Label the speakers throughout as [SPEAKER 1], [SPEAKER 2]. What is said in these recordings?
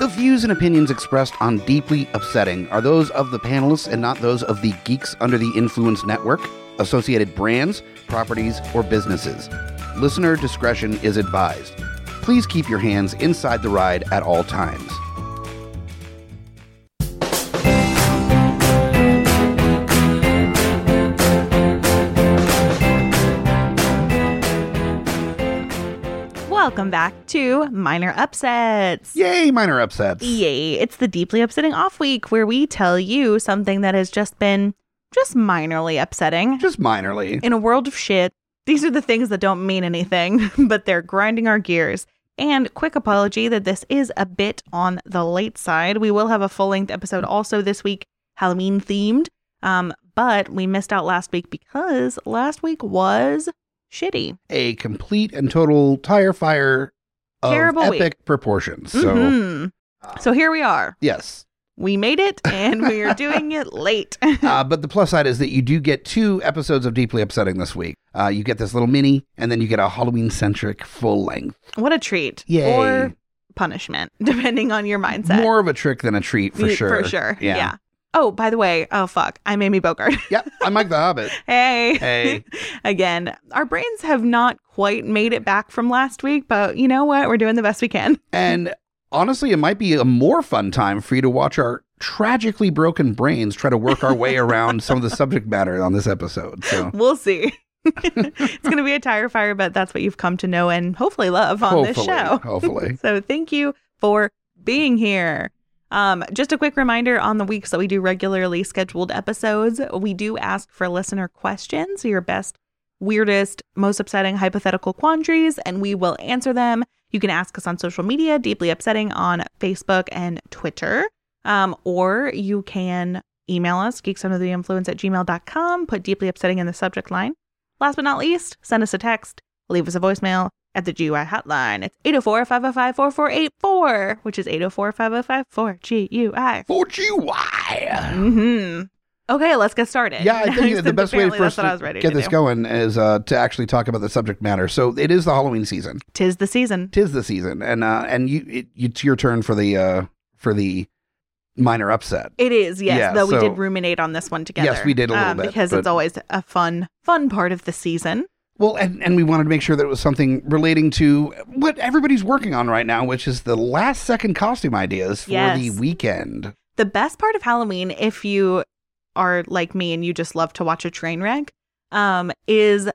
[SPEAKER 1] The views and opinions expressed on Deeply Upsetting are those of the panelists and not those of the Geeks Under the Influence Network, associated brands, properties, or businesses. Listener discretion is advised. Please keep your hands inside the ride at all times.
[SPEAKER 2] Welcome back to Minor Upsets.
[SPEAKER 1] Yay, minor upsets.
[SPEAKER 2] Yay. It's the deeply upsetting off week where we tell you something that has just been just minorly upsetting.
[SPEAKER 1] Just minorly.
[SPEAKER 2] In a world of shit, these are the things that don't mean anything, but they're grinding our gears. And quick apology that this is a bit on the late side. We will have a full length episode also this week, Halloween themed. Um, but we missed out last week because last week was shitty.
[SPEAKER 1] A complete and total tire fire of
[SPEAKER 2] Terrible
[SPEAKER 1] epic
[SPEAKER 2] week.
[SPEAKER 1] proportions. So,
[SPEAKER 2] Mhm. so here we are.
[SPEAKER 1] yes.
[SPEAKER 2] We made it and we are doing it late.
[SPEAKER 1] Uh, but the plus side is that you do get two episodes of Deeply Upsetting this week. Uh, you get this little mini, and then you get a Halloween centric full length.
[SPEAKER 2] what a treat.
[SPEAKER 1] Yay.
[SPEAKER 2] Or punishment, depending on your mindset.
[SPEAKER 1] More of a trick than a treat, for
[SPEAKER 2] Y-
[SPEAKER 1] sure.
[SPEAKER 2] Mm, For sure.
[SPEAKER 1] Yeah.
[SPEAKER 2] Yeah. Oh, by the way, oh fuck, I'm Amy Bogart.
[SPEAKER 1] Yep. I'm Mike the Hobbit.
[SPEAKER 2] hey.
[SPEAKER 1] Hey.
[SPEAKER 2] Again, our brains have not quite made it back from last week, but you know what? We're doing the best we can.
[SPEAKER 1] And honestly, it might be a more fun time for you to watch our tragically broken brains try to work our way around some of the subject matter on this episode. So
[SPEAKER 2] We'll see. it's going to be a tire fire, but that's what you've come to know and hopefully love on this
[SPEAKER 1] hopefully,
[SPEAKER 2] show.
[SPEAKER 1] hopefully.
[SPEAKER 2] So thank you for being here. Um, just a quick reminder on the weeks that we do regularly scheduled episodes, we do ask for listener questions, your best, weirdest, most upsetting hypothetical quandaries, and we will answer them. You can ask us on social media, deeply upsetting on Facebook and Twitter, um, or you can email us, geeksunderinfluence at gmail.com, put deeply upsetting in the subject line. Last but not least, send us a text, leave us a voicemail, at the GUI hotline. It's 804 505 4484, which is 804 505 4GUI.
[SPEAKER 1] For GY.
[SPEAKER 2] Mm-hmm. Okay, let's get started.
[SPEAKER 1] Yeah, I think the
[SPEAKER 2] Since
[SPEAKER 1] best way to
[SPEAKER 2] apparently
[SPEAKER 1] first
[SPEAKER 2] that's what I was ready
[SPEAKER 1] get
[SPEAKER 2] to
[SPEAKER 1] this
[SPEAKER 2] do.
[SPEAKER 1] going is uh, to actually talk about the subject matter. So it is the Halloween season.
[SPEAKER 2] Tis the season.
[SPEAKER 1] tis the season and uh and you it, it's your turn for the uh for the minor upset
[SPEAKER 2] It is, yes.
[SPEAKER 1] Yeah,
[SPEAKER 2] though we
[SPEAKER 1] so-
[SPEAKER 2] did ruminate on this one together.
[SPEAKER 1] we did a little
[SPEAKER 2] um,
[SPEAKER 1] bit,
[SPEAKER 2] because it's
[SPEAKER 1] but-
[SPEAKER 2] always a fun, fun part of the season.
[SPEAKER 1] well and and we wanted to make sure that it was something relating to what everybody's working on right now which is the last second costume ideas for the
[SPEAKER 2] Yes.
[SPEAKER 1] weekend
[SPEAKER 2] The best part of Halloween, if you are like me and you just love to watch a train wreck, um, is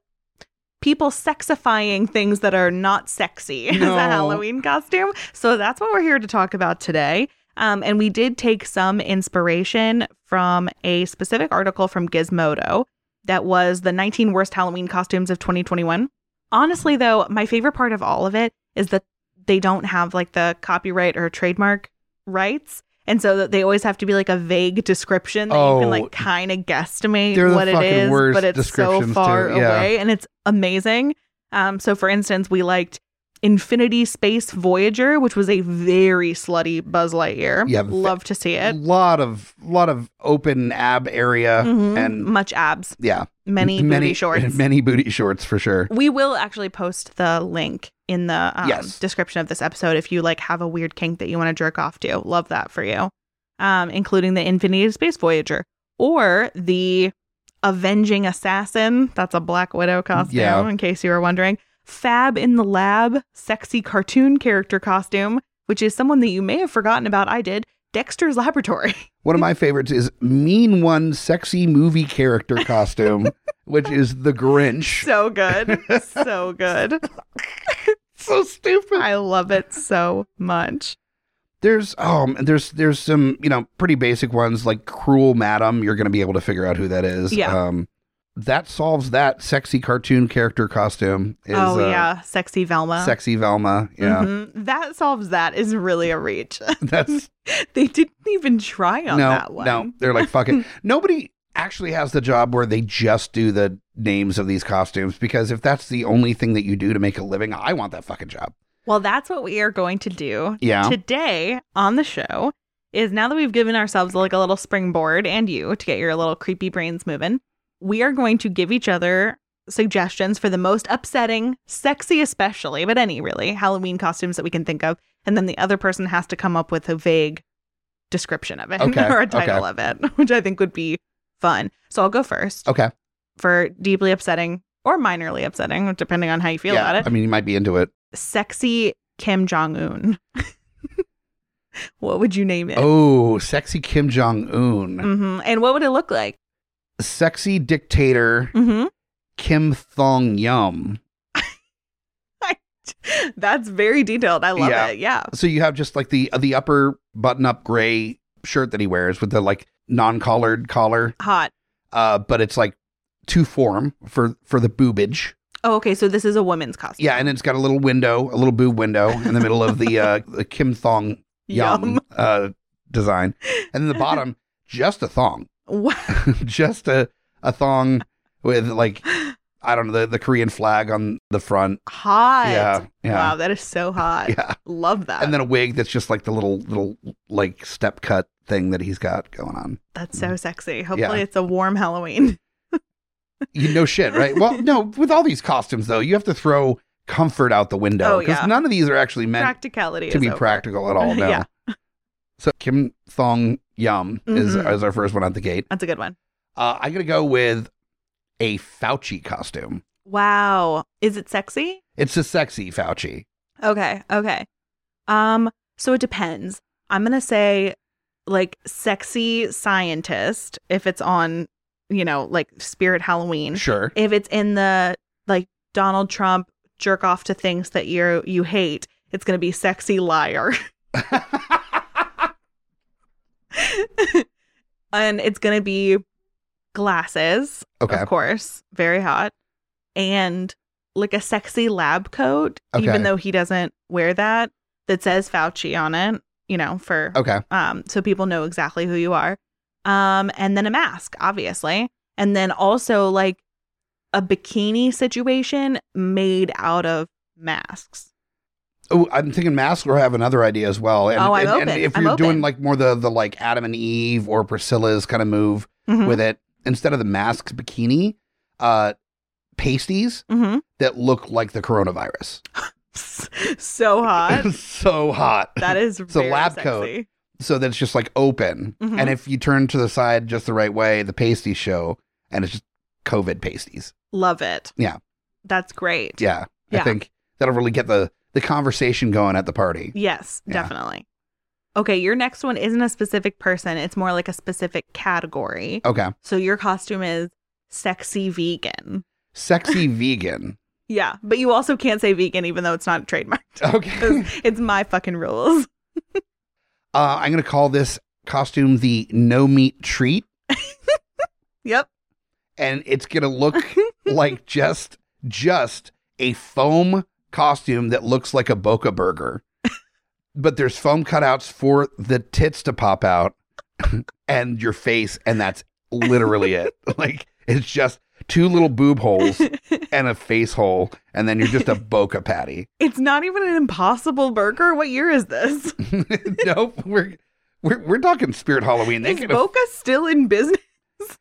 [SPEAKER 2] people sexifying things that are not sexy as
[SPEAKER 1] No.
[SPEAKER 2] a Halloween costume. So that's what we're here to talk about today. Um, and we did take some inspiration from a specific article from Gizmodo that was the 19 worst Halloween costumes of 2021. Honestly, though, my favorite part of all of it is that they don't have like the copyright or trademark rights. And so that they always have to be like a vague description that you
[SPEAKER 1] Oh,
[SPEAKER 2] can like kind of guesstimate
[SPEAKER 1] they're the
[SPEAKER 2] what it
[SPEAKER 1] fucking
[SPEAKER 2] is,
[SPEAKER 1] worst
[SPEAKER 2] but it's so
[SPEAKER 1] descriptions too,
[SPEAKER 2] far
[SPEAKER 1] yeah.
[SPEAKER 2] away and it's amazing. Um, so for instance, we liked Infinity Space Voyager, which was a very slutty Buzz Lightyear.
[SPEAKER 1] Yeah, v-
[SPEAKER 2] love to see
[SPEAKER 1] a
[SPEAKER 2] it.
[SPEAKER 1] lot of lot of open ab area
[SPEAKER 2] Mhm.
[SPEAKER 1] and
[SPEAKER 2] Much abs,
[SPEAKER 1] yeah
[SPEAKER 2] many
[SPEAKER 1] many
[SPEAKER 2] booty shorts.
[SPEAKER 1] many booty shorts for sure
[SPEAKER 2] we will actually post the link in the um,
[SPEAKER 1] Yes.
[SPEAKER 2] description of this episode if you like have a weird kink that you want to jerk off to. Love that for you, um, including the Infinity Space Voyager or the Avenging Assassin. That's a Black Widow costume,
[SPEAKER 1] Yeah.
[SPEAKER 2] in case you were wondering. Fab in the Lab, sexy cartoon character costume, which is someone that you may have forgotten about. I did. Dexter's Laboratory.
[SPEAKER 1] one of my favorites is mean one sexy movie character costume which is the grinch
[SPEAKER 2] so good. so good.
[SPEAKER 1] so stupid
[SPEAKER 2] I love it so much.
[SPEAKER 1] There's um there's there's some you know pretty basic ones like cruel madam you're gonna be able to figure out who that is
[SPEAKER 2] Yeah.
[SPEAKER 1] um that solves that sexy cartoon character costume is
[SPEAKER 2] oh
[SPEAKER 1] uh,
[SPEAKER 2] yeah, sexy Velma.
[SPEAKER 1] sexy Velma yeah
[SPEAKER 2] Mhm. That solves that is really a reach.
[SPEAKER 1] that's
[SPEAKER 2] they didn't even try
[SPEAKER 1] no
[SPEAKER 2] on Mm-hmm. that one.
[SPEAKER 1] no they're like fucking nobody actually has the job where they just do the names of these costumes because if that's the only thing that you do to make a living I want that fucking job
[SPEAKER 2] Well, that's what we are going to do
[SPEAKER 1] yeah
[SPEAKER 2] today on the show. Is now that we've given ourselves like a little springboard and you to get your little creepy brains moving, we are going to give each other suggestions for the most upsetting, sexy especially, but any really Halloween costumes that we can think of. and then the other person has to come up with a vague description of it
[SPEAKER 1] Okay,
[SPEAKER 2] or a
[SPEAKER 1] okay.
[SPEAKER 2] title of it, which I think would be fun. So I'll go first
[SPEAKER 1] Okay.
[SPEAKER 2] for deeply upsetting or minorly upsetting, depending on how you feel
[SPEAKER 1] yeah.
[SPEAKER 2] about it.
[SPEAKER 1] I mean, you might be into it.
[SPEAKER 2] Sexy Kim Jong Un. what would you name it?
[SPEAKER 1] Oh, sexy Kim Jong Un,
[SPEAKER 2] hmm And what would it look like?
[SPEAKER 1] sexy dictator
[SPEAKER 2] hmm
[SPEAKER 1] Kim Thong Yum.
[SPEAKER 2] That's very detailed. I love
[SPEAKER 1] Yeah.
[SPEAKER 2] it. Yeah.
[SPEAKER 1] So you have just like the the upper button up gray shirt that he wears with the like non collared collar,
[SPEAKER 2] Hot.
[SPEAKER 1] uh, but it's like two form for for the boobage.
[SPEAKER 2] Oh, okay. So this is a woman's costume.
[SPEAKER 1] Yeah, and it's got a little window, a little boob window in the middle of the uh, the Kim Thong Yum, Uh, design, and then the bottom just a thong,
[SPEAKER 2] Wow.
[SPEAKER 1] just a a thong with like I don't know the, the Korean flag on the front.
[SPEAKER 2] Hot.
[SPEAKER 1] Yeah, yeah.
[SPEAKER 2] Wow. That is so hot.
[SPEAKER 1] Yeah,
[SPEAKER 2] Love that.
[SPEAKER 1] and then a wig that's just like the little little like step cut thing that he's got going on.
[SPEAKER 2] That's so
[SPEAKER 1] Mm.
[SPEAKER 2] sexy. Hopefully, it's a warm Halloween.
[SPEAKER 1] You no shit, right? Well, no, with all these costumes though, you have to throw comfort out the window
[SPEAKER 2] Oh, yeah.
[SPEAKER 1] none of these are actually meant
[SPEAKER 2] Practicality
[SPEAKER 1] to
[SPEAKER 2] is
[SPEAKER 1] be
[SPEAKER 2] over.
[SPEAKER 1] practical at all. No.
[SPEAKER 2] Yeah.
[SPEAKER 1] So Kim Thong Yum is
[SPEAKER 2] Mhm.
[SPEAKER 1] is our first one out the gate.
[SPEAKER 2] That's a good one.
[SPEAKER 1] Uh, I'm gonna go with a Fauci costume.
[SPEAKER 2] Wow. Is it sexy?
[SPEAKER 1] It's a sexy Fauci.
[SPEAKER 2] Okay. Okay. Um. So it depends. I'm gonna say, like, sexy scientist. If it's on, you know, like Spirit Halloween.
[SPEAKER 1] Sure.
[SPEAKER 2] If it's in the like Donald Trump jerk off to things that you you hate, it's gonna be sexy liar. and it's gonna be glasses,
[SPEAKER 1] okay.
[SPEAKER 2] of course, very hot, and like a sexy lab coat,
[SPEAKER 1] Okay.
[SPEAKER 2] even though he doesn't wear that, that says Fauci on it, you know, for
[SPEAKER 1] Okay.
[SPEAKER 2] um, so people know exactly who you are. Um, and then a mask, obviously, and then also like a bikini situation made out of masks.
[SPEAKER 1] Oh, I'm thinking masks or I have another idea as well. And,
[SPEAKER 2] Oh, I'm
[SPEAKER 1] and, and
[SPEAKER 2] open.
[SPEAKER 1] if
[SPEAKER 2] I'm
[SPEAKER 1] you're doing
[SPEAKER 2] open.
[SPEAKER 1] like more the the like Adam and Eve or Priscilla's kind of move
[SPEAKER 2] Mhm,
[SPEAKER 1] with it, instead of the masks bikini, uh pasties
[SPEAKER 2] mhm.
[SPEAKER 1] that look like the coronavirus.
[SPEAKER 2] so hot.
[SPEAKER 1] so hot.
[SPEAKER 2] That is
[SPEAKER 1] It's a
[SPEAKER 2] very
[SPEAKER 1] lab
[SPEAKER 2] sexy.
[SPEAKER 1] coat. so that's just like open.
[SPEAKER 2] Mhm.
[SPEAKER 1] And if you turn to the side just the right way, the pasties show and it's just COVID pasties.
[SPEAKER 2] Love it.
[SPEAKER 1] Yeah.
[SPEAKER 2] That's great.
[SPEAKER 1] Yeah. I
[SPEAKER 2] Yeah.
[SPEAKER 1] think that'll really get the the conversation going at the party.
[SPEAKER 2] Yes,
[SPEAKER 1] Yeah.
[SPEAKER 2] definitely. Okay, your next one isn't a specific person, it's more like a specific category.
[SPEAKER 1] Okay.
[SPEAKER 2] So your costume is sexy vegan.
[SPEAKER 1] Sexy vegan.
[SPEAKER 2] Yeah, but you also can't say vegan even though it's not trademarked.
[SPEAKER 1] Okay.
[SPEAKER 2] 'Cause it's my fucking rules.
[SPEAKER 1] Uh, I'm going to call this costume the no meat treat.
[SPEAKER 2] Yep.
[SPEAKER 1] And it's going to look like just, just a foam costume that looks like a Boca burger. But there's foam cutouts for the tits to pop out and your face. And that's literally it. Like it's just two little boob holes and a face hole. And then you're just a Boca patty.
[SPEAKER 2] It's not even an impossible burger. What year is this?
[SPEAKER 1] nope. We're, we're, we're talking spirit Halloween. They
[SPEAKER 2] Is
[SPEAKER 1] can,
[SPEAKER 2] Boca still in business?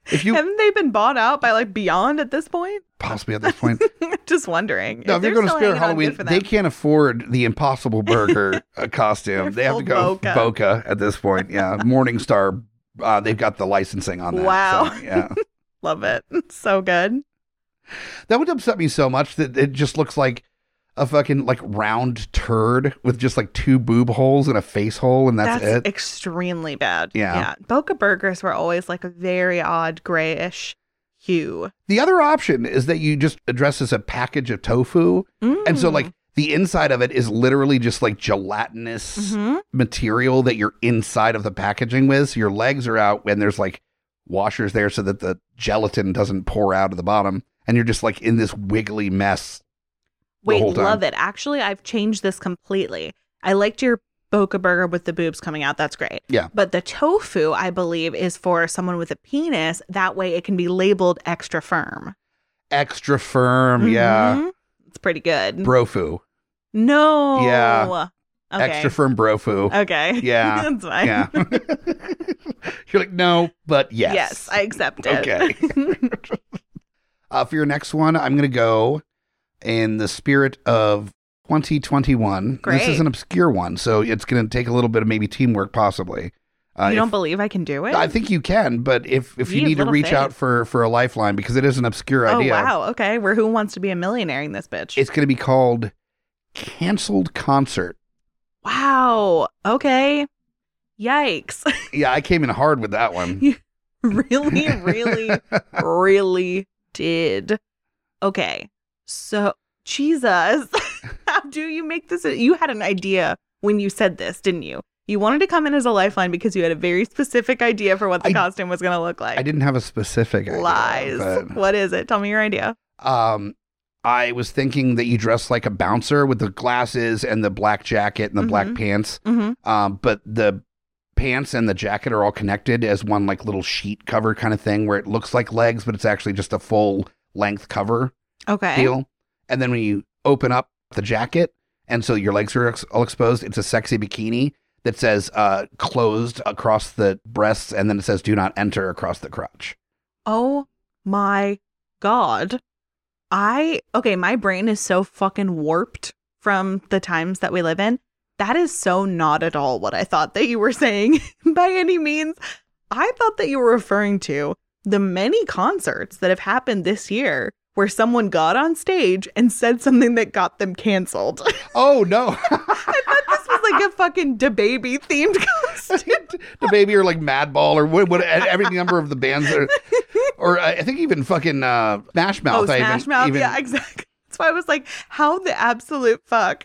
[SPEAKER 1] if you
[SPEAKER 2] Haven't they been bought out by like Beyond at this point?
[SPEAKER 1] possibly at this point,
[SPEAKER 2] Just wondering.
[SPEAKER 1] No, if
[SPEAKER 2] they're
[SPEAKER 1] they're going to
[SPEAKER 2] still
[SPEAKER 1] Spirit
[SPEAKER 2] hanging on, good
[SPEAKER 1] Halloween,
[SPEAKER 2] for
[SPEAKER 1] they
[SPEAKER 2] them.
[SPEAKER 1] can't afford the Impossible Burger uh, costume.
[SPEAKER 2] They're
[SPEAKER 1] They have to go
[SPEAKER 2] full Boca.
[SPEAKER 1] Boca, at this point. Yeah, Morningstar. Uh, they've got the licensing on that.
[SPEAKER 2] Wow.
[SPEAKER 1] so, yeah,
[SPEAKER 2] Love it. So good.
[SPEAKER 1] that would upset me so much that it just looks like a fucking like round turd with just like two boob holes and a face hole, and that's, it.
[SPEAKER 2] extremely bad.
[SPEAKER 1] Yeah.
[SPEAKER 2] Yeah. Boca burgers were always like a very odd grayish hue.
[SPEAKER 1] The other option is that you just address as a package of tofu, and
[SPEAKER 2] Mm. Hmm.
[SPEAKER 1] so like the inside of it is literally just like gelatinous.
[SPEAKER 2] Mhm.
[SPEAKER 1] material that you're inside of the packaging with. So your legs are out and there's like washers there so that the gelatin doesn't pour out of the bottom. And you're just like in this wiggly mess.
[SPEAKER 2] Wait,
[SPEAKER 1] whole time.
[SPEAKER 2] love it. Actually, I've changed this completely. I liked your Boca burger with the boobs coming out. That's great.
[SPEAKER 1] Yeah.
[SPEAKER 2] But the tofu, I believe, is for someone with a penis. That way it can be labeled extra firm.
[SPEAKER 1] Extra firm. Yeah.
[SPEAKER 2] Mhm. It's pretty good.
[SPEAKER 1] Brofu.
[SPEAKER 2] no.
[SPEAKER 1] Yeah.
[SPEAKER 2] Mm-hmm. Okay.
[SPEAKER 1] Extra firm brofu.
[SPEAKER 2] Okay.
[SPEAKER 1] Yeah.
[SPEAKER 2] That's fine.
[SPEAKER 1] Yeah. you're like, no, but yes.
[SPEAKER 2] Yes, I accept it.
[SPEAKER 1] Okay. uh, for your next one, I'm going to go in the spirit of 2021. This
[SPEAKER 2] Great.
[SPEAKER 1] is an obscure one, so it's going to take a little bit of maybe teamwork, possibly. Uh,
[SPEAKER 2] you
[SPEAKER 1] if-
[SPEAKER 2] don't believe I can do it?
[SPEAKER 1] I think you can, but if, if
[SPEAKER 2] You
[SPEAKER 1] you
[SPEAKER 2] have
[SPEAKER 1] need to
[SPEAKER 2] little
[SPEAKER 1] reach out
[SPEAKER 2] faith.
[SPEAKER 1] for, for a lifeline, because it is an obscure
[SPEAKER 2] oh
[SPEAKER 1] idea,
[SPEAKER 2] wow. Okay. We're who wants to be a millionaire in this bitch.
[SPEAKER 1] it's going to be called Canceled Concert.
[SPEAKER 2] wow. Okay. Yikes.
[SPEAKER 1] Yeah, I came in hard with that one.
[SPEAKER 2] really, really, really did. Okay. So Jesus. How do you make this you had an idea when you said this, didn't you? You wanted to come in as a lifeline because you had a very specific idea for what the
[SPEAKER 1] I-
[SPEAKER 2] costume was gonna look like.
[SPEAKER 1] I didn't have a specific idea,
[SPEAKER 2] Lies.
[SPEAKER 1] but-
[SPEAKER 2] What is it? Tell me your idea.
[SPEAKER 1] Um, I was thinking that you dress like a bouncer with the glasses and the black jacket and the black
[SPEAKER 2] Mhm.
[SPEAKER 1] pants.
[SPEAKER 2] Mm-hmm.
[SPEAKER 1] Um, but the pants and the jacket are all connected as one like little sheet cover kind of thing where it looks like legs, but it's actually just a full length cover
[SPEAKER 2] Okay.
[SPEAKER 1] deal. And then when you open up the jacket, and so your legs are ex- all exposed, it's a sexy bikini that says uh, closed across the breasts, and then it says do not enter across the crotch.
[SPEAKER 2] Oh my god. I okay, my brain is so fucking warped from the times that we live in. That is so not at all what I thought that you were saying by any means. I thought that you were referring to the many concerts that have happened this year where someone got on stage and said something that got them canceled.
[SPEAKER 1] Oh, no.
[SPEAKER 2] I thought this was like a fucking DaBaby themed costume.
[SPEAKER 1] the baby or like Madball or what, what every number of the bands that are, or I I think even fucking uh, Smash Mouth.
[SPEAKER 2] oh,
[SPEAKER 1] I
[SPEAKER 2] Smash
[SPEAKER 1] even,
[SPEAKER 2] Mouth.
[SPEAKER 1] even-
[SPEAKER 2] Yeah, exactly. That's why I was like, how the absolute fuck?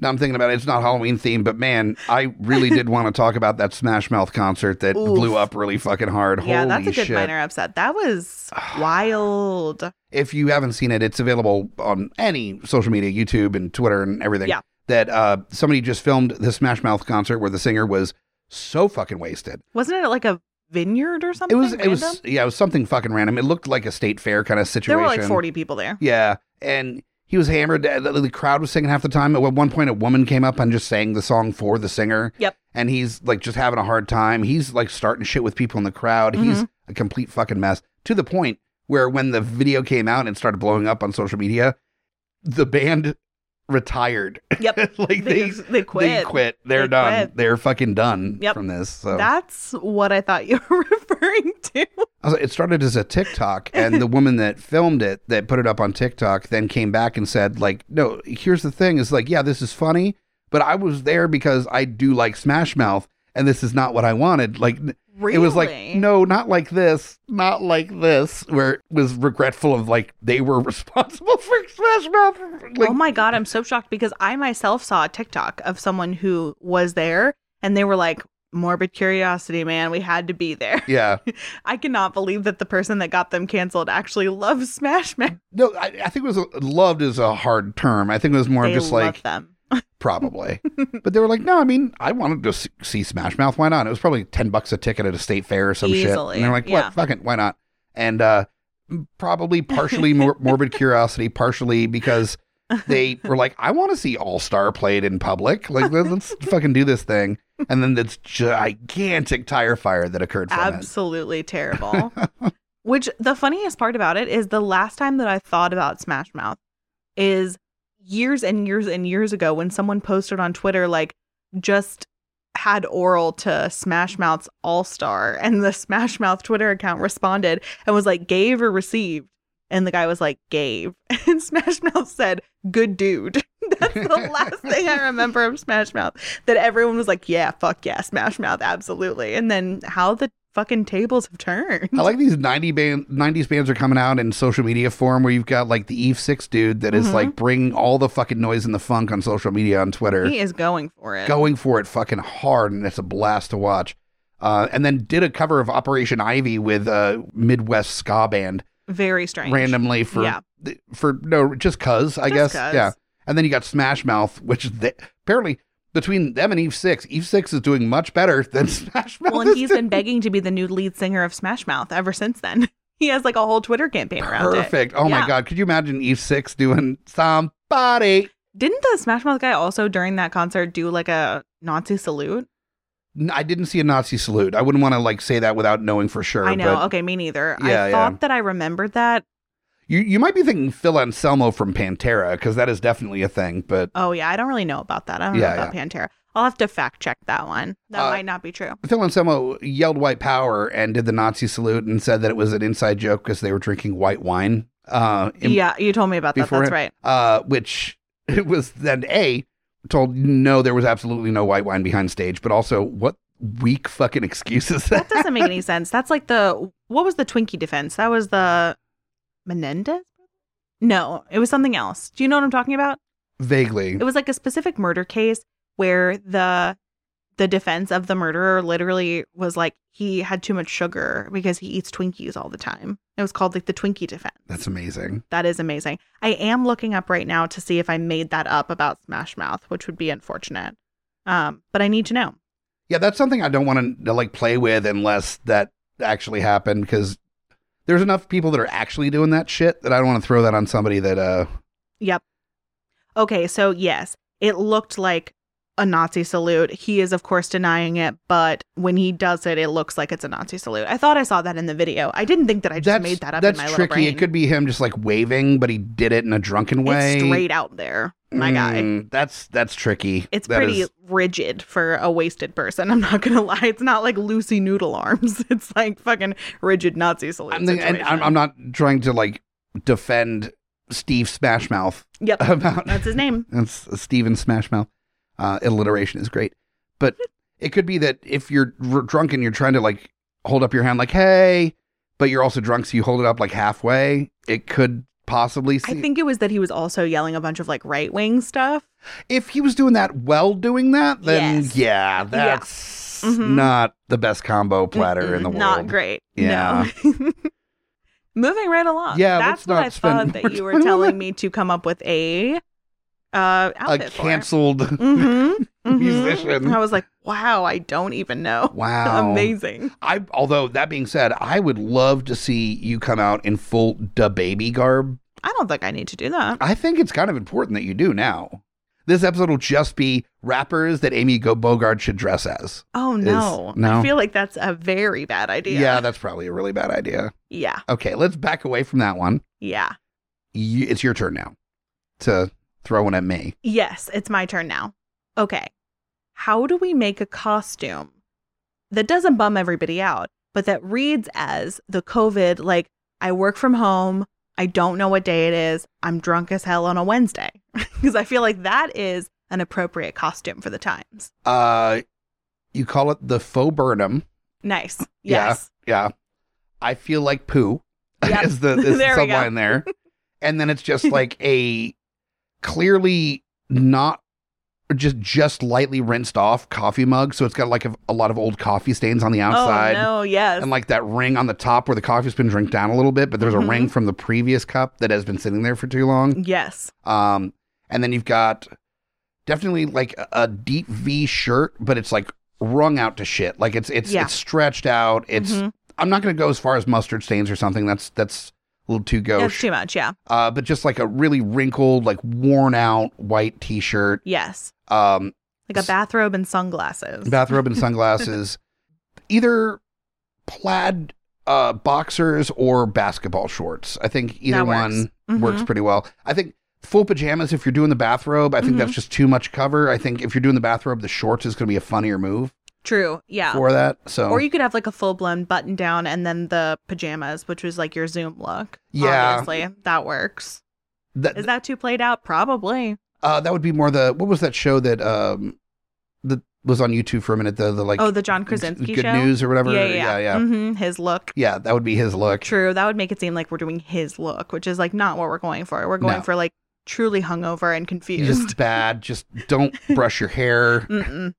[SPEAKER 1] Now I'm thinking about it. It's not Halloween themed, but man, I really did want to talk about that Smash Mouth concert that
[SPEAKER 2] Oof.
[SPEAKER 1] blew up really fucking hard.
[SPEAKER 2] yeah,
[SPEAKER 1] Holy
[SPEAKER 2] that's a good
[SPEAKER 1] shit.
[SPEAKER 2] minor upset. That was wild.
[SPEAKER 1] If you haven't seen it, it's available on any social media, YouTube and Twitter and everything.
[SPEAKER 2] Yeah.
[SPEAKER 1] That uh, somebody just filmed the Smash Mouth concert where the singer was so fucking wasted.
[SPEAKER 2] Wasn't it at, like a vineyard or
[SPEAKER 1] It
[SPEAKER 2] something?
[SPEAKER 1] was, it
[SPEAKER 2] random?
[SPEAKER 1] was, yeah, it was something fucking random. It looked like a state fair kind of situation.
[SPEAKER 2] There were like 40 people there.
[SPEAKER 1] Yeah, and he was hammered. uh, The, the- the crowd was singing half the time. At one point, a woman came up and just sang the song for the singer.
[SPEAKER 2] Yep.
[SPEAKER 1] And he's like just having a hard time. He's like starting shit with people in the crowd. He's
[SPEAKER 2] Mm-hmm.
[SPEAKER 1] a complete fucking mess to the point where when the video came out and started blowing up on social media, the band retired.
[SPEAKER 2] Yep.
[SPEAKER 1] like they.
[SPEAKER 2] They, they
[SPEAKER 1] They
[SPEAKER 2] quit.
[SPEAKER 1] quit. They're
[SPEAKER 2] They
[SPEAKER 1] done.
[SPEAKER 2] quit.
[SPEAKER 1] They're fucking done
[SPEAKER 2] Yep.
[SPEAKER 1] from this. So
[SPEAKER 2] That's what I thought you were referring to.
[SPEAKER 1] I was like, it started as a TikTok, and the woman that filmed it, that put it up on TikTok, then came back and said, like, no, here's the thing. It's like, yeah, this is funny, but I was there because I do like Smash Mouth, and this is not what I wanted. Like, n-
[SPEAKER 2] Really?
[SPEAKER 1] it was like, no, not like this, not like this, where it was regretful of like they were responsible for Smash Mouth. Like,
[SPEAKER 2] oh my God, I'm so shocked because I myself saw a TikTok of someone who was there and they were like, morbid curiosity, man. We had to be there.
[SPEAKER 1] yeah.
[SPEAKER 2] I cannot believe that the person that got them canceled actually loves Smash Mouth.
[SPEAKER 1] No, I, I think it was a, loved is a hard term. I think it was more
[SPEAKER 2] They
[SPEAKER 1] of just
[SPEAKER 2] love
[SPEAKER 1] like,
[SPEAKER 2] them.
[SPEAKER 1] probably. but they were like, no, I mean, I wanted to s- see Smash Mouth. Why not? It was probably 10 bucks a ticket at a state fair or some shit.
[SPEAKER 2] Easily,
[SPEAKER 1] And they're like, what?
[SPEAKER 2] yeah.
[SPEAKER 1] Fuck it. Why not? And uh, probably partially mor- morbid curiosity, partially because they were like, I want to see All Star played in public. Like, let- let's fucking do this thing. And then this gigantic tire fire that occurred from it.
[SPEAKER 2] absolutely terrible. Which the funniest part about it is the last time that I thought about Smash Mouth is years and years and years ago when someone posted on Twitter like just had oral to Smash Mouth's All Star and the Smash Mouth Twitter account responded and was like gave or received and the guy was like gave and Smash Mouth said good dude. That's the last thing I remember of Smash Mouth that everyone was like yeah fuck yeah Smash Mouth absolutely and then how the fucking tables have turned.
[SPEAKER 1] I like these 90 band, 90s bands are coming out in social media form where you've got like the Eve 6 dude that is
[SPEAKER 2] Mhm.
[SPEAKER 1] like bringing all the fucking noise and the funk on social media on Twitter.
[SPEAKER 2] He is going for it.
[SPEAKER 1] going for it fucking hard, and it's a blast to watch. Uh, and then did a cover of Operation Ivy with a Midwest ska band
[SPEAKER 2] Very strange.
[SPEAKER 1] randomly for
[SPEAKER 2] Yeah.
[SPEAKER 1] th- for no just cuz I
[SPEAKER 2] Just
[SPEAKER 1] guess
[SPEAKER 2] 'cause.
[SPEAKER 1] yeah. And then you got Smash Mouth, which is the apparently between them and Eve Six, Eve Six is doing much better than Smash Mouth.
[SPEAKER 2] Well, and
[SPEAKER 1] is
[SPEAKER 2] he's
[SPEAKER 1] doing.
[SPEAKER 2] been begging to be the new lead singer of Smash Mouth ever since then. He has like a whole Twitter campaign around it.
[SPEAKER 1] perfect. Oh my
[SPEAKER 2] Yeah.
[SPEAKER 1] god, could you imagine Eve Six doing somebody?
[SPEAKER 2] Didn't the Smash Mouth guy also during that concert do like a Nazi salute?
[SPEAKER 1] N- I didn't see a Nazi salute. I wouldn't want to like say that without knowing for sure.
[SPEAKER 2] I know.
[SPEAKER 1] But
[SPEAKER 2] okay, me neither.
[SPEAKER 1] Yeah,
[SPEAKER 2] I
[SPEAKER 1] yeah.
[SPEAKER 2] thought that I remembered that.
[SPEAKER 1] You you might be thinking Phil Anselmo from Pantera because that is definitely a thing, but
[SPEAKER 2] Oh yeah, I don't really know about that. I don't
[SPEAKER 1] Yeah,
[SPEAKER 2] know about Pantera. I'll have to fact check that one. That
[SPEAKER 1] Uh,
[SPEAKER 2] might not be true.
[SPEAKER 1] Phil Anselmo yelled white power and did the Nazi salute and said that it was an inside joke because they were drinking white wine. Uh, in-
[SPEAKER 2] yeah, you told me about that.
[SPEAKER 1] before
[SPEAKER 2] That's
[SPEAKER 1] it-
[SPEAKER 2] right.
[SPEAKER 1] uh, which it was then A, told no, there was absolutely no white wine behind stage, but also what weak fucking excuse is
[SPEAKER 2] That
[SPEAKER 1] that?
[SPEAKER 2] doesn't make any sense. That's like the what was the Twinkie defense? That was the Menendez? No, it was something else. Do you know what I'm talking about?
[SPEAKER 1] Vaguely.
[SPEAKER 2] It was like a specific murder case where the the defense of the murderer literally was like he had too much sugar because he eats Twinkies all the time. It was called like the Twinkie defense.
[SPEAKER 1] That's amazing.
[SPEAKER 2] That is amazing. I am looking up right now to see if I made that up about Smash Mouth, which would be unfortunate. Um, but I need to know.
[SPEAKER 1] Yeah, that's something I don't want to like play with unless that actually happened because there's enough people that are actually doing that shit that I don't want to throw that on somebody that uh
[SPEAKER 2] Yep. Okay, so yes, it looked like a Nazi salute. He is of course denying it, but when he does it, it looks like it's a Nazi salute. I thought I saw that in the video. I didn't think that I just
[SPEAKER 1] that's
[SPEAKER 2] made that up
[SPEAKER 1] that's
[SPEAKER 2] in my
[SPEAKER 1] tricky.
[SPEAKER 2] little brain.
[SPEAKER 1] It could be him just like waving, but he did it in a drunken way.
[SPEAKER 2] It's straight out there, my guy.
[SPEAKER 1] Mm, That's that's tricky.
[SPEAKER 2] It's
[SPEAKER 1] That
[SPEAKER 2] pretty
[SPEAKER 1] is-
[SPEAKER 2] rigid for a wasted person. I'm not gonna lie. It's not like loosey noodle arms. It's like fucking rigid Nazi salute.
[SPEAKER 1] I'm, thinking- and I'm,
[SPEAKER 2] situation.
[SPEAKER 1] I'm not trying to like defend Steve Smashmouth
[SPEAKER 2] Yep,
[SPEAKER 1] about
[SPEAKER 2] that's his name.
[SPEAKER 1] that's Steven Smashmouth. Uh, alliteration is great, but it could be that if you're r- drunk and you're trying to like hold up your hand like hey, but you're also drunk, so you hold it up like halfway. It could possibly. See-
[SPEAKER 2] I think it was that he was also yelling a bunch of like right wing stuff.
[SPEAKER 1] if he was doing that while doing that, then
[SPEAKER 2] Yes.
[SPEAKER 1] yeah, that's
[SPEAKER 2] Mhm.
[SPEAKER 1] not the best combo platter in the
[SPEAKER 2] Mm-mm,
[SPEAKER 1] world.
[SPEAKER 2] Not great.
[SPEAKER 1] Yeah.
[SPEAKER 2] No. Moving right along.
[SPEAKER 1] Yeah, let's
[SPEAKER 2] that's what
[SPEAKER 1] not
[SPEAKER 2] I
[SPEAKER 1] spend
[SPEAKER 2] thought
[SPEAKER 1] more
[SPEAKER 2] that you were
[SPEAKER 1] time on that.
[SPEAKER 2] telling me to come up with a uh
[SPEAKER 1] A
[SPEAKER 2] outfit
[SPEAKER 1] canceled.
[SPEAKER 2] for. Mm-hmm.
[SPEAKER 1] musician.
[SPEAKER 2] I was like, wow, I don't even know.
[SPEAKER 1] Wow.
[SPEAKER 2] Amazing.
[SPEAKER 1] I although that being said, I would love to see you come out in full da baby garb.
[SPEAKER 2] I don't think I need to do that.
[SPEAKER 1] I think it's kind of important that you do now. This episode will just be rappers that Amy Go Bogart should dress as.
[SPEAKER 2] Oh no.
[SPEAKER 1] no.
[SPEAKER 2] I feel like that's a very bad idea.
[SPEAKER 1] Yeah, that's probably a really bad idea.
[SPEAKER 2] yeah.
[SPEAKER 1] Okay, let's back away from that one.
[SPEAKER 2] Yeah.
[SPEAKER 1] You, it's your turn now to throw one at me.
[SPEAKER 2] Yes, it's my turn now. Okay. How do we make a costume that doesn't bum everybody out, but that reads as the COVID, like, I work from home. I don't know what day it is. I'm drunk as hell on a Wednesday. Because I feel like that is an appropriate costume for the times.
[SPEAKER 1] Uh, you call it the faux Burnham.
[SPEAKER 2] Nice.
[SPEAKER 1] Yeah.
[SPEAKER 2] Yes.
[SPEAKER 1] Yeah, I feel like poo.
[SPEAKER 2] Yep.
[SPEAKER 1] is the is the
[SPEAKER 2] There we go.
[SPEAKER 1] subline there. And then it's just like a clearly not just just lightly rinsed off coffee mug. So it's got like a, a lot of old coffee stains on the outside.
[SPEAKER 2] Oh, no. Yes.
[SPEAKER 1] And like that ring on the top where the coffee's been drinked down a little bit, but there's a
[SPEAKER 2] Mhm.
[SPEAKER 1] ring from the previous cup that has been sitting there for too long.
[SPEAKER 2] yes.
[SPEAKER 1] Um, and then you've got definitely like a, a deep V shirt, but it's like wrung out to shit. Like it's it's
[SPEAKER 2] Yeah.
[SPEAKER 1] it's stretched out. It's
[SPEAKER 2] Mhm.
[SPEAKER 1] I'm not going to go as far as mustard stains or something. That's that's a little too gauche.
[SPEAKER 2] That's too much. Yeah.
[SPEAKER 1] uh, but just like a really wrinkled, like worn out white T-shirt,
[SPEAKER 2] Yes.
[SPEAKER 1] um,
[SPEAKER 2] Like a bathrobe and sunglasses.
[SPEAKER 1] bathrobe and sunglasses, either plaid uh, boxers or basketball shorts. I think either
[SPEAKER 2] That
[SPEAKER 1] one
[SPEAKER 2] works.
[SPEAKER 1] works.
[SPEAKER 2] Mhm.
[SPEAKER 1] pretty well. I think full pajamas if you're doing the bathrobe. I think
[SPEAKER 2] Mm-hmm.
[SPEAKER 1] that's just too much cover. I think if you're doing the bathrobe, the shorts is going to be a funnier move
[SPEAKER 2] True. Yeah.
[SPEAKER 1] for that. So
[SPEAKER 2] Oh. Or you could have like a full blown button down and then the pajamas, which was like your Zoom look.
[SPEAKER 1] Yeah.
[SPEAKER 2] Obviously, that works.
[SPEAKER 1] that-
[SPEAKER 2] Is that too played out? Probably.
[SPEAKER 1] Uh, that would be more the what was that show that um that was on YouTube for a minute the the like
[SPEAKER 2] oh, the John Krasinski
[SPEAKER 1] Good
[SPEAKER 2] show.
[SPEAKER 1] News or whatever
[SPEAKER 2] Yeah, yeah.
[SPEAKER 1] yeah yeah,
[SPEAKER 2] hmm His look.
[SPEAKER 1] Yeah, that would be his look
[SPEAKER 2] True. That would make it seem like we're doing his look, which is like not what we're going for. We're going
[SPEAKER 1] No.
[SPEAKER 2] for like truly hungover and confused.
[SPEAKER 1] just bad just don't brush your hair
[SPEAKER 2] Mm-mm.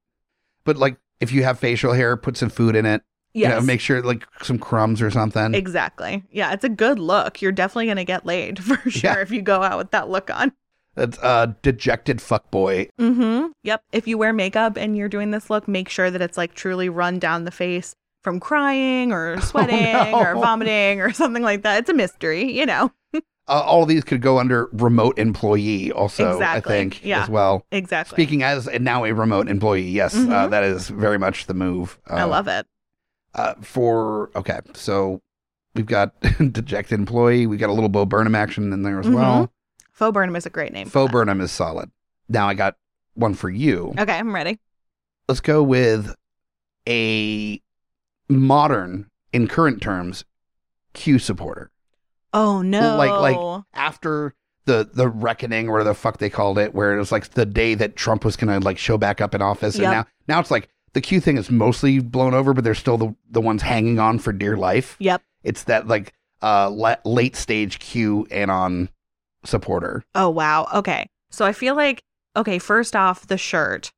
[SPEAKER 1] but like if you have facial hair put some food in it
[SPEAKER 2] Yes.
[SPEAKER 1] you know make sure like some crumbs or something
[SPEAKER 2] exactly. Yeah, it's a good look. You're definitely gonna get laid for sure if you go out with that look on.
[SPEAKER 1] that's uh dejected fuckboy
[SPEAKER 2] Mm-hmm. Yep. If you wear makeup and you're doing this look, make sure that it's like truly run down the face from crying or sweating or
[SPEAKER 1] Oh, no.
[SPEAKER 2] vomiting or something like that. It's a mystery, you know.
[SPEAKER 1] uh, all these could go under remote employee also
[SPEAKER 2] Exactly.
[SPEAKER 1] I think
[SPEAKER 2] Yeah.
[SPEAKER 1] as well
[SPEAKER 2] Exactly.
[SPEAKER 1] speaking as and now a remote employee yes uh,
[SPEAKER 2] Mhm.
[SPEAKER 1] that is very much the move uh,
[SPEAKER 2] I love it.
[SPEAKER 1] uh, for okay so We've got dejected employee. We got a little Bo Burnham action in there as well.
[SPEAKER 2] Faux Burnham is a great name. Mm-hmm. for
[SPEAKER 1] Faux Burnham is solid. Now I got one for you.
[SPEAKER 2] that. Okay, I'm ready.
[SPEAKER 1] Let's go with a modern, in current terms, Q supporter.
[SPEAKER 2] Oh no!
[SPEAKER 1] like- After the the reckoning, or the fuck they called it, where it was like the day that Trump was gonna like show back up in office, and
[SPEAKER 2] Yep.
[SPEAKER 1] now now it's like the Q thing is mostly blown over, but they're still the the ones hanging on for dear life.
[SPEAKER 2] Yep.
[SPEAKER 1] It's that like uh la- late stage Q anon supporter.
[SPEAKER 2] Oh wow. Okay. So I feel like okay, first off, the shirt.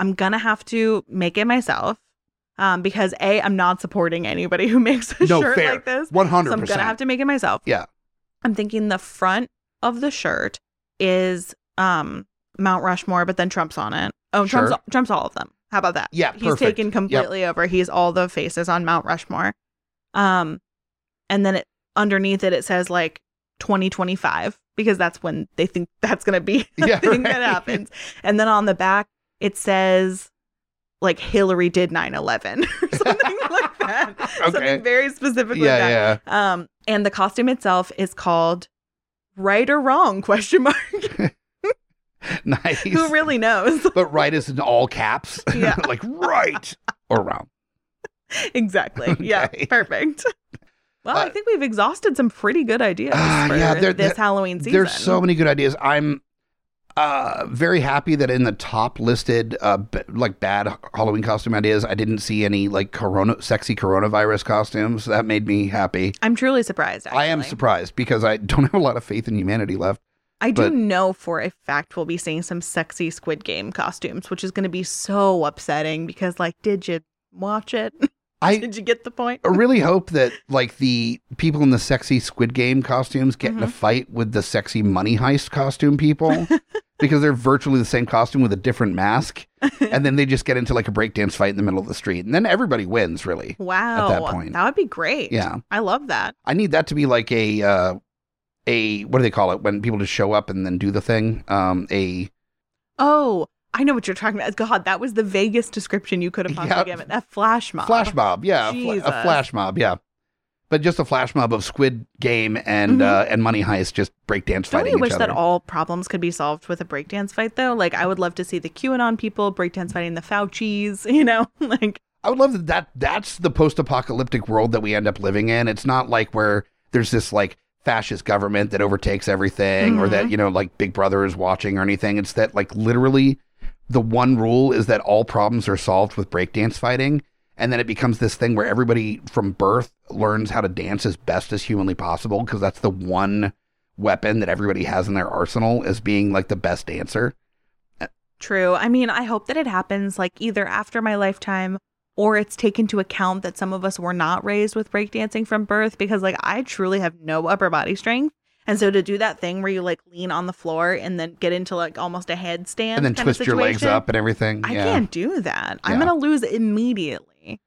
[SPEAKER 2] I'm going to have to make it myself. Um because A, I'm not supporting anybody who makes a
[SPEAKER 1] No
[SPEAKER 2] shirt
[SPEAKER 1] fair.
[SPEAKER 2] like this.
[SPEAKER 1] One hundred
[SPEAKER 2] So I'm going
[SPEAKER 1] percent.
[SPEAKER 2] to have to make it myself.
[SPEAKER 1] Yeah.
[SPEAKER 2] I'm thinking the front of the shirt is um Mount Rushmore, but then Trump's on it. Oh, Trump's
[SPEAKER 1] Sure.
[SPEAKER 2] Trump's all of them. How about that?
[SPEAKER 1] Yeah,
[SPEAKER 2] He's
[SPEAKER 1] perfect.
[SPEAKER 2] taken
[SPEAKER 1] Yep.
[SPEAKER 2] completely over. He's all the faces on Mount Rushmore. Um and then it underneath it it says like 2025 because that's when they think that's going to be the
[SPEAKER 1] Yeah,
[SPEAKER 2] thing that
[SPEAKER 1] right.
[SPEAKER 2] happens. And then on the back it says like Hillary did 9/11 or something like that.
[SPEAKER 1] Okay.
[SPEAKER 2] Something very specific like that.
[SPEAKER 1] Yeah, yeah.
[SPEAKER 2] Um, and the costume itself is called "Right or Wrong?" Question mark.
[SPEAKER 1] Nice.
[SPEAKER 2] Who really knows?
[SPEAKER 1] but right is in all caps.
[SPEAKER 2] Yeah.
[SPEAKER 1] like right or wrong.
[SPEAKER 2] exactly. Yeah.
[SPEAKER 1] Okay.
[SPEAKER 2] Perfect. Well, I
[SPEAKER 1] Uh,
[SPEAKER 2] think we've exhausted some pretty good ideas
[SPEAKER 1] Ah,
[SPEAKER 2] for
[SPEAKER 1] yeah, there-
[SPEAKER 2] this
[SPEAKER 1] there-
[SPEAKER 2] Halloween season.
[SPEAKER 1] There's so many good ideas. I'm uh, very happy that in the top listed uh, b- like bad Halloween costume ideas, I didn't see any like corona sexy coronavirus costumes. That made me happy.
[SPEAKER 2] I'm truly surprised. Actually.
[SPEAKER 1] I am surprised because I don't have a lot of faith in humanity left.
[SPEAKER 2] I do
[SPEAKER 1] but-
[SPEAKER 2] know for a fact we'll be seeing some sexy Squid Game costumes, which is going to be so upsetting because, like, did you watch it?
[SPEAKER 1] I
[SPEAKER 2] did you get the point?
[SPEAKER 1] really hope that like the people in the sexy Squid Game costumes get in a
[SPEAKER 2] Mhm.
[SPEAKER 1] fight with the sexy money heist costume people because they're virtually the same costume with a different mask, and then they just get into like a breakdance fight in the middle of the street, and then everybody wins. Really,
[SPEAKER 2] Wow,
[SPEAKER 1] point.
[SPEAKER 2] that would be great.
[SPEAKER 1] yeah.
[SPEAKER 2] I love that.
[SPEAKER 1] I need that to be like a uh, a what do they call it when people just show up and then do the thing? Um, a
[SPEAKER 2] Oh, I know what you're talking about. God, that was the vaguest description you could have possibly
[SPEAKER 1] Yeah.
[SPEAKER 2] given. A flash mob.
[SPEAKER 1] flash mob, yeah, a fla- a
[SPEAKER 2] Jesus.
[SPEAKER 1] flash mob, yeah. But just a flash mob of Squid Game and
[SPEAKER 2] Mhm.
[SPEAKER 1] uh, and Money Heist just breakdance
[SPEAKER 2] Don't
[SPEAKER 1] fighting
[SPEAKER 2] you
[SPEAKER 1] each
[SPEAKER 2] wish
[SPEAKER 1] other.
[SPEAKER 2] that all problems could be solved with a breakdance fight, though? Like, I would love to see the QAnon people breakdance fighting the Faucis, you know? like,
[SPEAKER 1] I would love that, that. That's the post-apocalyptic world that we end up living in. It's not like where there's this like fascist government that overtakes everything, or
[SPEAKER 2] Mm-hmm.
[SPEAKER 1] that you know like Big Brother is watching or anything. It's that like literally the one rule is that all problems are solved with breakdance fighting, and then it becomes this thing where everybody from birth learns how to dance as best as humanly possible because that's the one weapon that everybody has in their arsenal as being like the best dancer.
[SPEAKER 2] true. I mean, I hope that it happens, like, either after my lifetime or it's taken to account that some of us were not raised with breakdancing from birth because, like, I truly have no upper body strength. And so to do that thing where you, like, lean on the floor and then get into, like, almost a headstand
[SPEAKER 1] And then
[SPEAKER 2] kind of
[SPEAKER 1] twist your legs
[SPEAKER 2] situation-
[SPEAKER 1] up and everything.
[SPEAKER 2] I
[SPEAKER 1] yeah.
[SPEAKER 2] can't do that. I'm
[SPEAKER 1] Yeah.
[SPEAKER 2] going to lose immediately.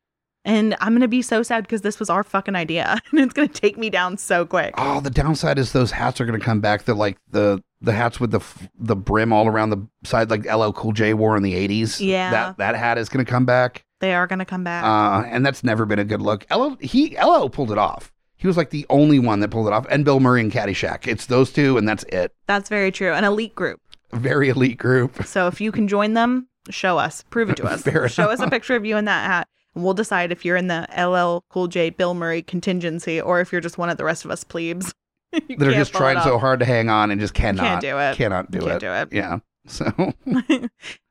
[SPEAKER 2] And I'm going to be so sad because this was our fucking idea and it's going to take me down so quick.
[SPEAKER 1] Oh, the downside is those hats are going to come back. They're like the the hats with the f- the brim all around the side, like LL Cool J wore in the '80s.
[SPEAKER 2] Yeah.
[SPEAKER 1] that that hat is going to come back,
[SPEAKER 2] They are going to come back.
[SPEAKER 1] uh, and that's never been a good look. LL he LL pulled it off. He was like the only one that pulled it off, and Bill Murray and Caddyshack. It's those two, and that's it.
[SPEAKER 2] That's very true. An elite group.
[SPEAKER 1] Very elite group.
[SPEAKER 2] So if you can join them, show us, prove it to us.
[SPEAKER 1] Fair
[SPEAKER 2] show us a picture of you in that hat. And we'll decide if you're in the LL Cool J Bill Murray contingency or if you're just one of the rest of us plebes. You
[SPEAKER 1] They're
[SPEAKER 2] can't
[SPEAKER 1] just
[SPEAKER 2] pull it
[SPEAKER 1] trying so
[SPEAKER 2] off.
[SPEAKER 1] hard to hang on and just
[SPEAKER 2] Can't
[SPEAKER 1] cannot
[SPEAKER 2] do it.
[SPEAKER 1] cannot do
[SPEAKER 2] Can't
[SPEAKER 1] it.
[SPEAKER 2] do it.
[SPEAKER 1] Yeah. So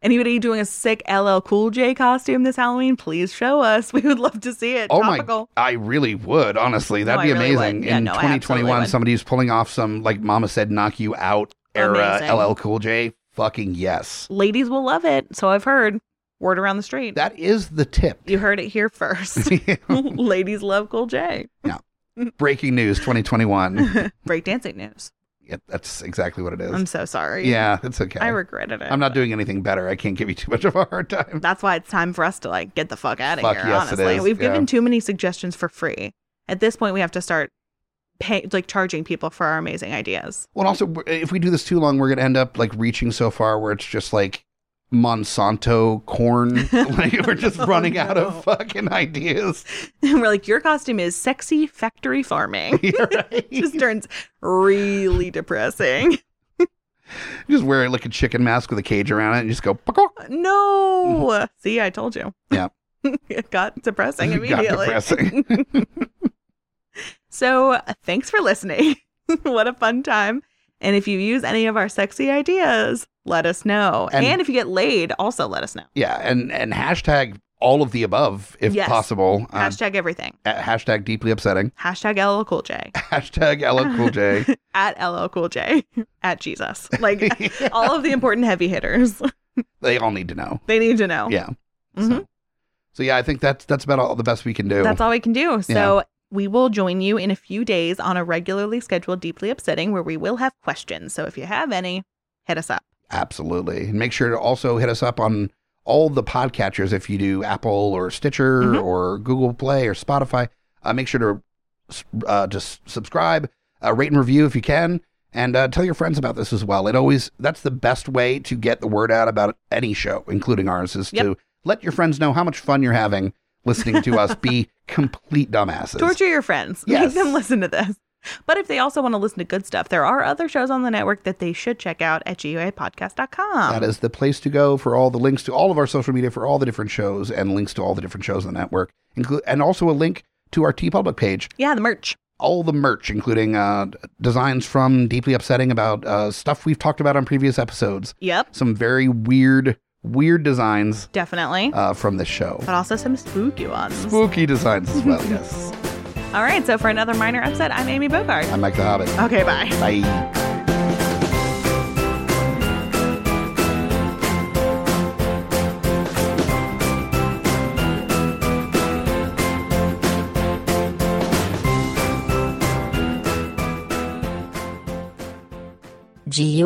[SPEAKER 2] Anybody doing a sick LL Cool J costume this Halloween, please show us. We would love to see it.
[SPEAKER 1] Oh my-
[SPEAKER 2] Topical.
[SPEAKER 1] I really would, honestly.
[SPEAKER 2] No,
[SPEAKER 1] That'd
[SPEAKER 2] I
[SPEAKER 1] be
[SPEAKER 2] really
[SPEAKER 1] amazing.
[SPEAKER 2] would. Yeah,
[SPEAKER 1] In
[SPEAKER 2] no, I absolutely
[SPEAKER 1] 2021,
[SPEAKER 2] would.
[SPEAKER 1] somebody who's pulling off some like Mama said, "Knock you out" era
[SPEAKER 2] Amazing.
[SPEAKER 1] LL Cool J. Fucking yes,
[SPEAKER 2] ladies will love it. So I've heard word around the street.
[SPEAKER 1] that is the tip.
[SPEAKER 2] you heard it here first. ladies love Cool J.
[SPEAKER 1] Breaking news, 2021.
[SPEAKER 2] Breakdancing news.
[SPEAKER 1] yeah, that's exactly what it is.
[SPEAKER 2] I'm so sorry.
[SPEAKER 1] yeah, it's okay.
[SPEAKER 2] I regretted it.
[SPEAKER 1] I'm not
[SPEAKER 2] but
[SPEAKER 1] doing anything better. I can't give you too much of a hard time.
[SPEAKER 2] That's why it's time for us to like get the fuck out of
[SPEAKER 1] Fuck
[SPEAKER 2] here.
[SPEAKER 1] yes, it
[SPEAKER 2] honestly,
[SPEAKER 1] is,
[SPEAKER 2] we've
[SPEAKER 1] yeah.
[SPEAKER 2] given too many suggestions for free. At this point, we have to start pay like charging people for our amazing ideas.
[SPEAKER 1] Well, and also, we're- if we do this too long, we're gonna end up like reaching so far where it's just like Monsanto corn. like we're
[SPEAKER 2] Oh,
[SPEAKER 1] just running out of fucking ideas.
[SPEAKER 2] We're like, your costume is sexy factory farming.
[SPEAKER 1] You're right.
[SPEAKER 2] Just turns really depressing.
[SPEAKER 1] just wear like a chicken mask with a cage around it and just go. "Pacaw."
[SPEAKER 2] No. See, I told you.
[SPEAKER 1] Mm-hmm. Yeah.
[SPEAKER 2] it got depressing
[SPEAKER 1] It got
[SPEAKER 2] immediately.
[SPEAKER 1] depressing.
[SPEAKER 2] So uh, thanks for listening. what a fun time. And if you use any of our sexy ideas, let us know.
[SPEAKER 1] And-
[SPEAKER 2] And, if you get laid, also let us know.
[SPEAKER 1] yeah, and and hashtag all of the above if
[SPEAKER 2] Yes.
[SPEAKER 1] possible. Uh,
[SPEAKER 2] Hashtag everything.
[SPEAKER 1] at hashtag deeply upsetting.
[SPEAKER 2] Hashtag LL Cool J.
[SPEAKER 1] Hashtag LL Cool J.
[SPEAKER 2] At LL Cool J. At Jesus. Like all of the important heavy hitters.
[SPEAKER 1] they all need to know.
[SPEAKER 2] They need to know.
[SPEAKER 1] Yeah.
[SPEAKER 2] Mhm.
[SPEAKER 1] So. so yeah, I think that's that's about all the best we can do.
[SPEAKER 2] That's all we can do. So we will join you in a few days on a regularly scheduled Deeply Upsetting where we will have questions. So if you have any, hit us up.
[SPEAKER 1] Absolutely. And make sure to also hit us up on all the podcatchers if you do Apple or Stitcher
[SPEAKER 2] Mhm.
[SPEAKER 1] or Google Play or Spotify. Uh, make sure to s- uh, just subscribe, uh, rate and review if you can, and uh, tell your friends about this as well. It always that's the best way to get the word out about any show, including ours, is
[SPEAKER 2] Yep.
[SPEAKER 1] to let your friends know how much fun you're having listening to us be complete dumbasses.
[SPEAKER 2] Torture your friends.
[SPEAKER 1] Yes.
[SPEAKER 2] Make them listen to this. But if they also want to listen to good stuff, there are other shows on the network that they should check out at guapodcast.com.
[SPEAKER 1] That is the place to go for all the links to all of our social media for all the different shows and links to all the different shows on the network, include and also a link to our T Public page.
[SPEAKER 2] yeah, the merch.
[SPEAKER 1] All the merch, including uh, designs from Deeply Upsetting about uh, stuff we've talked about on previous episodes.
[SPEAKER 2] Yep,
[SPEAKER 1] Some very weird, weird designs
[SPEAKER 2] definitely.
[SPEAKER 1] uh, from this show.
[SPEAKER 2] but also some spooky ones.
[SPEAKER 1] Spooky designs as well. Yes.
[SPEAKER 2] All right, so for another minor upset, I'm Amy Bogart.
[SPEAKER 1] I'm Mike the Hobbit.
[SPEAKER 2] Okay, bye.
[SPEAKER 1] Bye.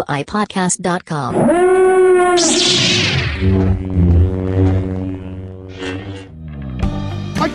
[SPEAKER 3] GUIPodcast.com.
[SPEAKER 1] Mike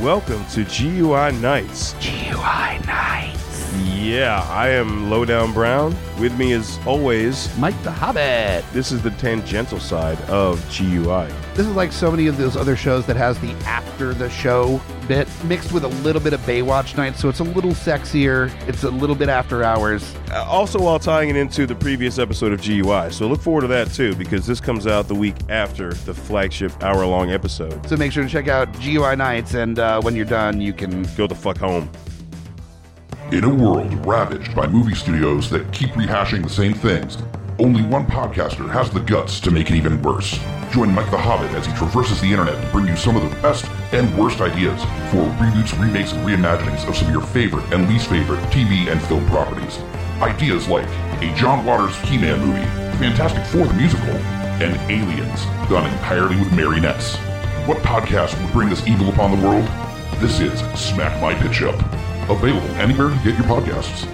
[SPEAKER 4] Welcome to GUI Nights.
[SPEAKER 1] GUI Nights.
[SPEAKER 4] Yeah, I am Lowdown Brown. With me, as always,
[SPEAKER 1] Mike the Hobbit.
[SPEAKER 4] this is the tangential side of GUI.
[SPEAKER 1] This is like so many of those other shows that has the after the show bit mixed with a little bit of Baywatch Nights, so it's a little sexier. It's a little bit after hours.
[SPEAKER 4] Uh, Also, while tying it into the previous episode of GUI, so look forward to that too, because this comes out the week after the flagship hour long episode.
[SPEAKER 1] So make sure to check out GUI Nights, and uh, when you're done, you can
[SPEAKER 4] Go the fuck home.
[SPEAKER 5] In a world ravaged by movie studios that keep rehashing the same things, only one podcaster has the guts to make it even worse. Join Mike the Hobbit as he traverses the internet to bring you some of the best and worst ideas for reboots, remakes, and reimaginings of some of your favorite and least favorite TV and film properties. Ideas like a John Waters He Man movie, Fantastic Four the musical, and Aliens done entirely with marionettes. What podcast would bring this evil upon the world? This is Smack My Pitch Up. Available anywhere you get your podcasts.